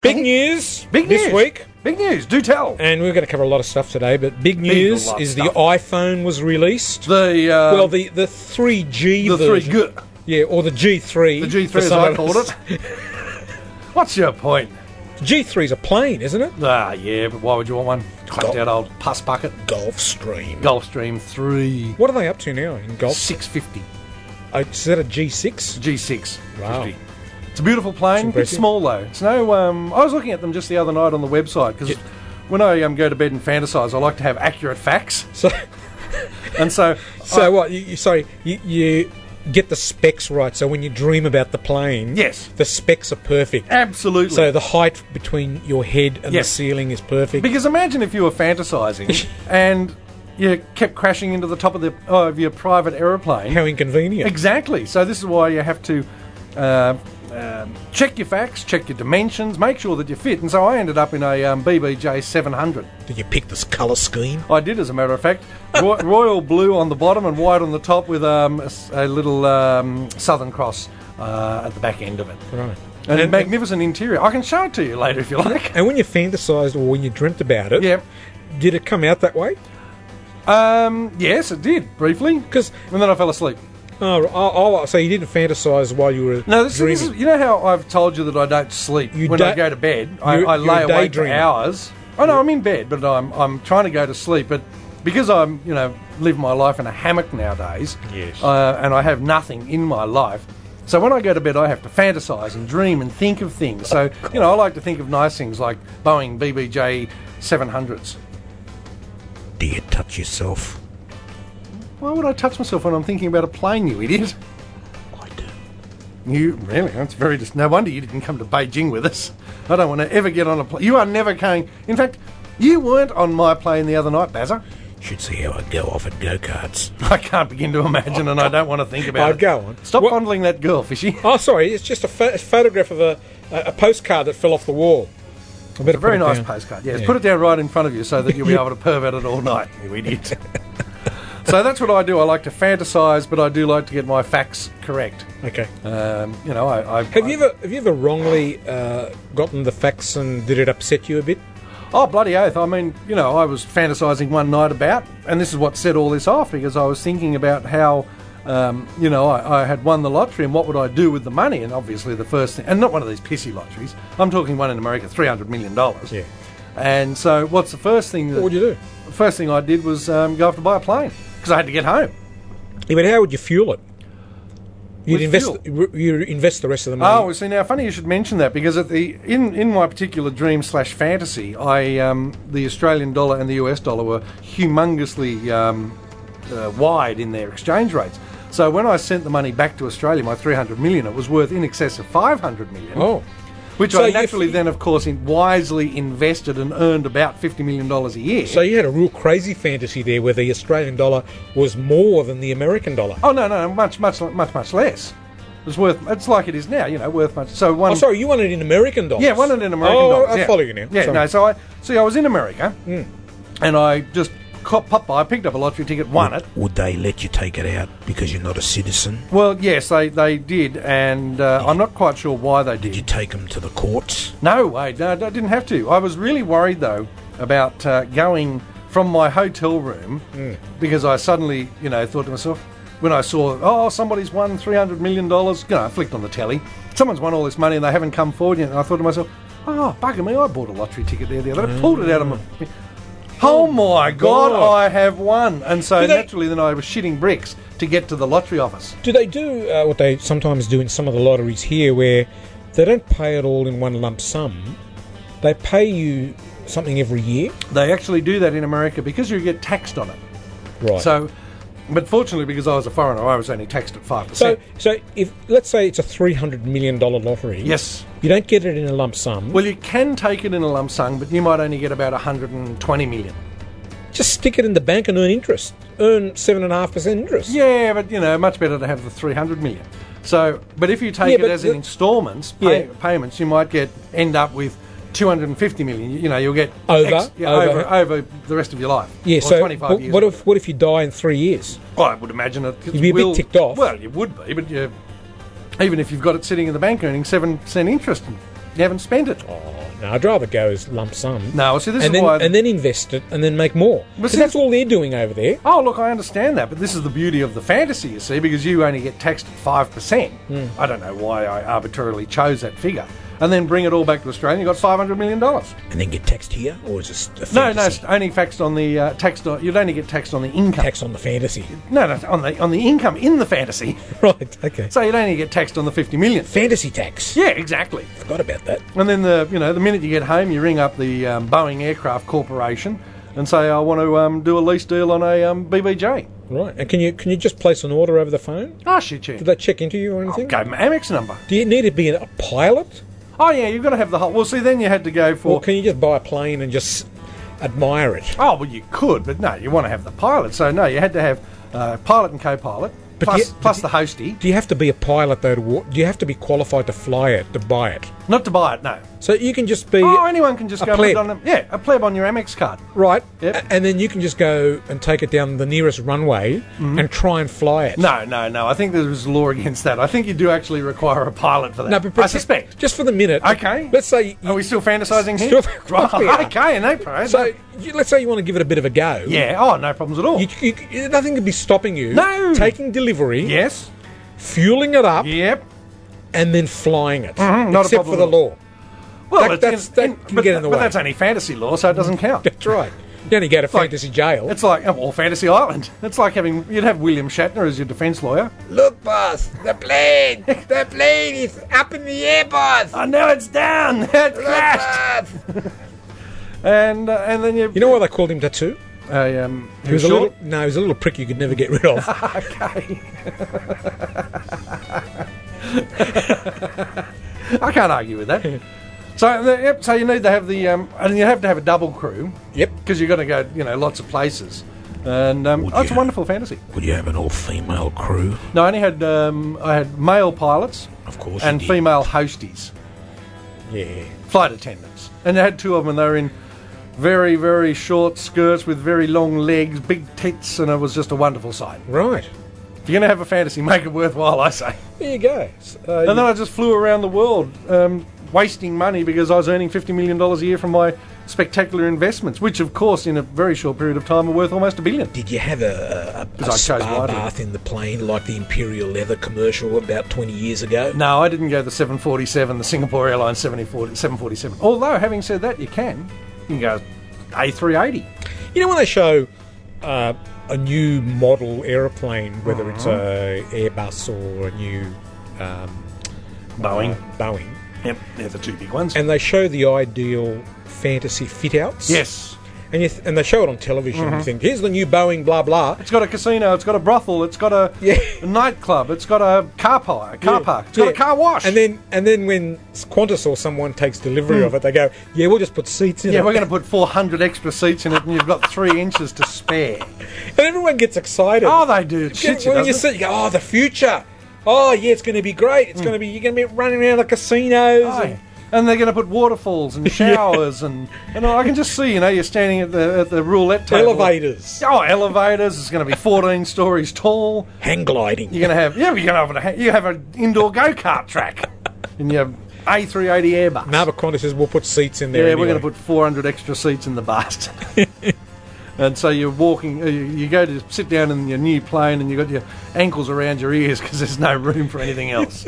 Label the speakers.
Speaker 1: Big news
Speaker 2: Big
Speaker 1: this
Speaker 2: news.
Speaker 1: week,
Speaker 2: Big news. Do tell.
Speaker 1: and we're going to cover a lot of stuff today. But big news
Speaker 2: lot of
Speaker 1: is
Speaker 2: stuff.
Speaker 1: the iPhone was released.
Speaker 2: The uh,
Speaker 1: well, the the three G
Speaker 2: the three
Speaker 1: version,
Speaker 2: good.
Speaker 1: yeah, or the G three,
Speaker 2: The G3 as I called it. What's your point?
Speaker 1: G 3s a plane, isn't it?
Speaker 2: Ah, yeah, but why would you want one? Clamped
Speaker 1: Gol-
Speaker 2: out old pus bucket.
Speaker 1: Gulfstream.
Speaker 2: Gulfstream 3
Speaker 1: What are they up to now in Gulf?
Speaker 2: 650
Speaker 1: Oh, is that a G six?
Speaker 2: G6.
Speaker 1: Wow.
Speaker 2: 50. It's a beautiful plane. It's
Speaker 1: impressive.
Speaker 2: small though. It's no. Um, I was looking at them just the other night on the website because when I um, go to bed and fantasize, I like to have accurate facts.
Speaker 1: So,
Speaker 2: And so,
Speaker 1: so what? You, you, sorry, you, you get the specs right. So when you dream about the plane,
Speaker 2: Yes.
Speaker 1: the specs are perfect.
Speaker 2: absolutely.
Speaker 1: So the height between your head and
Speaker 2: Yes.
Speaker 1: the ceiling is perfect.
Speaker 2: Because imagine if you were fantasizing and you kept crashing into the top of the uh, of your private aeroplane.
Speaker 1: How inconvenient.
Speaker 2: Exactly. So this is why you have to uh, um, check your facts, check your dimensions, make sure that you fit. And so I ended up in a um, BBJ 700.
Speaker 1: Did you pick this colour scheme?
Speaker 2: I did, as a matter of fact, Roy- royal blue on the bottom and white on the top, with um, a, s- a little um, Southern Cross uh, at the back end of it.
Speaker 1: Right.
Speaker 2: And, a magnificent interior. I can show it to you later if you like.
Speaker 1: And when you fantasised or when you dreamt about it,
Speaker 2: Yeah.
Speaker 1: did it come out that way?
Speaker 2: Um, yes, it did briefly.
Speaker 1: Because
Speaker 2: And then I fell asleep.
Speaker 1: oh, oh, oh, so you didn't fantasise while you were
Speaker 2: No, this, this
Speaker 1: dreaming.
Speaker 2: is, you know how I've told you that I don't sleep
Speaker 1: You
Speaker 2: when I
Speaker 1: da-
Speaker 2: go to bed. I,
Speaker 1: you-
Speaker 2: I
Speaker 1: you're
Speaker 2: lay
Speaker 1: a
Speaker 2: awake for
Speaker 1: daydreamer.
Speaker 2: hours. I know I'm in bed, but I'm I'm trying to go to sleep. But because I'm you know living my life in a hammock nowadays,
Speaker 1: Yes.
Speaker 2: uh, and I have nothing in my life. So when I go to bed, I have to fantasize and dream and think of things. So you know, I like to think of nice things like Boeing BBJ 700s.
Speaker 1: Do you touch yourself?
Speaker 2: Why would I touch myself when I'm thinking about a plane, you idiot?
Speaker 1: I do.
Speaker 2: You really? That's very. Dis- no wonder you didn't come to Beijing with us. I don't want to ever get on a plane. You are never going. In fact, you weren't on my plane the other night, Bazza.
Speaker 1: Should see how I go off at go karts.
Speaker 2: I can't begin to imagine, and I don't want to think about
Speaker 1: Oh,
Speaker 2: it.
Speaker 1: go on.
Speaker 2: Stop
Speaker 1: What-
Speaker 2: fondling that girl, fishy.
Speaker 1: Oh, sorry, it's just a, pho- a photograph of a, a, a postcard that fell off the wall. I better
Speaker 2: A very
Speaker 1: put it
Speaker 2: nice
Speaker 1: down.
Speaker 2: postcard. Yes, put it down right in front of you so that you'll be able to perv at it all night. You idiot. so that's what I do. I like to fantasize, but I do like to get my facts correct.
Speaker 1: Okay.
Speaker 2: Um, you know, I, I
Speaker 1: Have you ever have you ever wrongly uh, gotten the facts and did it upset you a bit?
Speaker 2: Oh, bloody oath. I mean, you know, I was fantasizing one night about, and this is what set all this off because I was thinking about how, um, you know, I, I had won the lottery and what would I do with the money? And obviously, the first thing, and not one of these pissy lotteries, I'm talking one in America, $300 million.
Speaker 1: Yeah.
Speaker 2: And so, what's the first thing that,
Speaker 1: What would you do?
Speaker 2: The first thing I did was um, go off to buy a plane because I had to get home.
Speaker 1: Yeah, but how would you fuel it? You'd
Speaker 2: With
Speaker 1: invest.
Speaker 2: fuel.
Speaker 1: You you invest the rest of the money.
Speaker 2: Oh, well, see now, funny you should mention that because at the in in my particular dream slash fantasy, I um, the Australian dollar and the US dollar were humongously um, uh, wide in their exchange rates. So when I sent the money back to Australia, my 300 million, it was worth in excess of 500 million.
Speaker 1: Oh.
Speaker 2: Which
Speaker 1: So
Speaker 2: I
Speaker 1: if
Speaker 2: naturally
Speaker 1: you-
Speaker 2: then, of course, in wisely invested and earned about $50 million a year.
Speaker 1: So you had a real crazy fantasy there, where the Australian dollar was more than the American dollar.
Speaker 2: oh, no, no, much, much, much, much less. It was worth, it's like it is now, you know, worth much. So one.
Speaker 1: Oh, sorry, you wanted in American dollars.
Speaker 2: Yeah, one in American
Speaker 1: oh,
Speaker 2: dollars.
Speaker 1: I
Speaker 2: yeah.
Speaker 1: follow you now.
Speaker 2: Yeah,
Speaker 1: Sorry. Mm.
Speaker 2: no. So I see. I was in America, and I just co- popped by. I picked up a lottery ticket, won
Speaker 1: Mm.
Speaker 2: it.
Speaker 3: Would they let you take it out because you're not a citizen?
Speaker 2: Well, yes, they they did, and uh,
Speaker 1: Mm.
Speaker 2: I'm not quite sure why they did.
Speaker 3: You take them to the courts?
Speaker 2: No way. No, I didn't have to. I was really worried though about uh, going from my hotel room
Speaker 1: Mm.
Speaker 2: because I suddenly, you know, thought to myself when I saw, oh, somebody's won three hundred million dollars. You know, I flicked on the telly. Someone's won all this money and they haven't come forward yet. And I thought to myself, oh, bugger me! I bought a lottery ticket there the other day. Pulled it out of my. Oh my God,
Speaker 1: Mm. God.
Speaker 2: I have won! And so
Speaker 1: Do they-
Speaker 2: naturally, then I was shitting bricks to get to the lottery office.
Speaker 1: Do they do uh, what they sometimes do in some of the lotteries here, where they don't pay it all in one lump sum? They pay you something every year,
Speaker 2: They actually do that in America because you get taxed on it.
Speaker 1: right?
Speaker 2: So, but fortunately, because I was a foreigner, I was only taxed at five
Speaker 1: so,
Speaker 2: percent.
Speaker 1: so if let's say it's a three hundred million dollar lottery,
Speaker 2: Yes.
Speaker 1: you don't get it in a lump sum.
Speaker 2: Well, you can take it in a lump sum, but you might only get about 120 million.
Speaker 1: just stick it in the bank and earn interest. Earn seven and a half percent interest.
Speaker 2: Yeah, but you know, much better to have the 300 million. So, but if you
Speaker 1: Yeah,
Speaker 2: take it
Speaker 1: but
Speaker 2: as in
Speaker 1: the-
Speaker 2: instalments, pay,
Speaker 1: Yeah.
Speaker 2: payments, you might get end up with 250 million. You, you know, you'll get
Speaker 1: Over,
Speaker 2: yeah,
Speaker 1: over.
Speaker 2: over, over the rest of your life.
Speaker 1: Yeah,
Speaker 2: or
Speaker 1: so
Speaker 2: 25
Speaker 1: what,
Speaker 2: years.
Speaker 1: what if what if you die in three years?
Speaker 2: Well, I would imagine it.
Speaker 1: You'd be a bit
Speaker 2: will-
Speaker 1: ticked off.
Speaker 2: Well, you would be, but you, even if you've got it sitting in the bank earning seven percent interest, You haven't spent it.
Speaker 1: Oh, no, I'd rather go as lump sum.
Speaker 2: No, see, this
Speaker 1: and
Speaker 2: is
Speaker 1: then,
Speaker 2: why.
Speaker 1: and then invest it and then make more. Because
Speaker 2: see-
Speaker 1: that's all they're doing over there.
Speaker 2: Oh, look, I understand that, but this is the beauty of the fantasy, you see, because you only get taxed at 5%. I don't know why I arbitrarily chose that figure. And then bring it all back to Australia, you got $500 million. No,
Speaker 3: and then get taxed here, or is it a
Speaker 2: no,
Speaker 3: fantasy?
Speaker 2: it's only taxed on the uh, taxed on, you'd only get taxed on the income.
Speaker 1: Tax on the fantasy.
Speaker 2: No, no, on the on the income in the fantasy.
Speaker 1: right, okay.
Speaker 2: So you'd only get taxed on the 50 million.
Speaker 3: fantasy tax.
Speaker 2: Yeah, exactly.
Speaker 3: Forgot about that.
Speaker 2: And then the you know the minute you get home, you ring up the um, Boeing Aircraft Corporation and say, I want to um, do a lease deal on a um, BBJ.
Speaker 1: Right. And can you can you just place an order over the phone?
Speaker 2: Oh shit, you.
Speaker 1: Did they check into you or anything?
Speaker 2: Gave him Amex number.
Speaker 1: Do you need to be a pilot?
Speaker 2: Oh yeah, you've got to have the whole. Well, see, then you had to go
Speaker 1: Or
Speaker 2: for.
Speaker 1: can you just buy a plane and just admire it?
Speaker 2: Oh well, you could, but no, you want to have the pilot. So no, you had to have uh, pilot and co-pilot,
Speaker 1: But
Speaker 2: plus
Speaker 1: you- but
Speaker 2: plus
Speaker 1: you-
Speaker 2: the hostie,
Speaker 1: Do you have to be a pilot though? To wa- do you have to be qualified to fly it to buy it?
Speaker 2: not to buy it. No.
Speaker 1: So you can just be
Speaker 2: Oh, anyone can just
Speaker 1: a
Speaker 2: go and put it
Speaker 1: pleb.
Speaker 2: on them. Yeah, a pleb on your Amex card.
Speaker 1: right,
Speaker 2: Yep.
Speaker 1: a- and then you can just go and take it down the nearest runway and try and fly it.
Speaker 2: Mm-hmm. No, no, no. I think there was law against that. I think you do actually require a pilot for that.
Speaker 1: no, but
Speaker 2: I
Speaker 1: pretend-
Speaker 2: suspect.
Speaker 1: just for the minute.
Speaker 2: Okay.
Speaker 1: let's say.
Speaker 2: Are we still fantasising here?
Speaker 1: Still- of course we are.
Speaker 2: okay, in that case.
Speaker 1: so you, let's say you want to give it a bit of a go.
Speaker 2: yeah. Oh, no problems at all.
Speaker 1: You, you, you- nothing could be stopping you.
Speaker 2: No.
Speaker 1: Taking delivery,
Speaker 2: yes.
Speaker 1: fueling it up,
Speaker 2: Yep.
Speaker 1: and then flying it.
Speaker 2: Mm-hmm. not a
Speaker 1: Except
Speaker 2: problem
Speaker 1: for the
Speaker 2: at all.
Speaker 1: law.
Speaker 2: Well,
Speaker 1: That- that's-
Speaker 2: it's
Speaker 1: that can
Speaker 2: but,
Speaker 1: get in the
Speaker 2: but
Speaker 1: way.
Speaker 2: that's only fantasy law, so it doesn't count.
Speaker 1: That's right. You only go to
Speaker 2: like-
Speaker 1: fantasy jail.
Speaker 2: It's like oh, well, Fantasy Island. It's like having you'd have William Shatner as your defence lawyer.
Speaker 3: Look, boss, the plane, the plane is up in the air, boss.
Speaker 1: Ah.
Speaker 2: Oh no, it's down. It crashed. And uh, and then you.
Speaker 1: You know why they called him Tattoo?
Speaker 2: I, um,
Speaker 1: He was a little, no, he was a little prick you could never get rid of.
Speaker 2: Okay. I can't argue with that. So, the- yep, so you need to have the, um, and you have to have a double crew
Speaker 1: yep.
Speaker 2: because you're going to go, you know, lots of places, and um,
Speaker 3: Would
Speaker 2: oh, it's a
Speaker 3: you?
Speaker 2: wonderful fantasy.
Speaker 3: Would you have an all-female crew?
Speaker 2: No, I only had um, I had male pilots
Speaker 3: Of course.
Speaker 2: and
Speaker 3: you did.
Speaker 2: female hosties,
Speaker 1: Yeah.
Speaker 2: flight attendants, and they had two of them, and they were in very very short skirts with very long legs, big tits, and it was just a wonderful sight.
Speaker 1: Right.
Speaker 2: If you're going to have a fantasy, make it worthwhile, I say.
Speaker 1: There you go. S- uh,
Speaker 2: And then I just flew around the world, um, wasting money because I was earning $50 million a year from my spectacular investments, which, of course, in a very short period of time are worth almost a billion.
Speaker 3: Did you have a, a,
Speaker 2: I
Speaker 3: a, a
Speaker 2: chose
Speaker 3: spa
Speaker 2: white.
Speaker 3: bath in the plane like the Imperial Leather commercial about 20 years ago?
Speaker 2: No, I didn't go the 747, the Singapore Airlines 740 747. Although, having said that, you can. You can go A380.
Speaker 1: you know when they show uh, a new model aeroplane, whether it's a
Speaker 3: Mm-hmm.
Speaker 1: Airbus or a new um,
Speaker 2: Boeing.
Speaker 1: uh, Boeing,
Speaker 2: Yep, they're the two big ones.
Speaker 1: and they show the ideal fantasy fit outs.
Speaker 2: yes.
Speaker 1: And, you th- and they show it on television.
Speaker 3: Mm-hmm.
Speaker 1: and You think, here's the new Boeing, blah, blah.
Speaker 2: It's got a casino, it's got a brothel, it's got a
Speaker 1: Yeah.
Speaker 2: nightclub, it's got a car, pi- car
Speaker 1: Yeah,
Speaker 2: park, it's got
Speaker 1: yeah.
Speaker 2: a car wash.
Speaker 1: And then and then when Qantas or someone takes delivery of it, they go, yeah, we'll just put seats in
Speaker 2: Hmm. yeah,
Speaker 1: it.
Speaker 2: we're going to put 400 extra seats in it, and you've got three inches to spare.
Speaker 1: and everyone gets excited.
Speaker 2: Oh, they do. It
Speaker 1: Get-
Speaker 2: shits you,
Speaker 1: when you
Speaker 2: doesn't
Speaker 1: sit,
Speaker 2: it?
Speaker 1: you go, oh, the future. Oh, yeah, it's going to be great. It's going to be, you're going to be running around the casinos.
Speaker 2: Aye.
Speaker 1: and-
Speaker 2: And they're going to put waterfalls and showers and and I can just see you know you're standing at the at the roulette table.
Speaker 1: Elevators.
Speaker 2: Oh, elevators! It's going to be 14 stories tall.
Speaker 3: Hang gliding.
Speaker 2: You're going to have yeah, you're going to have an, you have an indoor go kart track in your A380 Airbus.
Speaker 1: Now, but Qantas says, we'll put seats in there.
Speaker 2: yeah,
Speaker 1: anyway.
Speaker 2: we're going to put 400 extra seats in the bus. and so you're walking, uh, you you go to sit down in your new plane, and you've got your ankles around your ears because there's no room for anything else.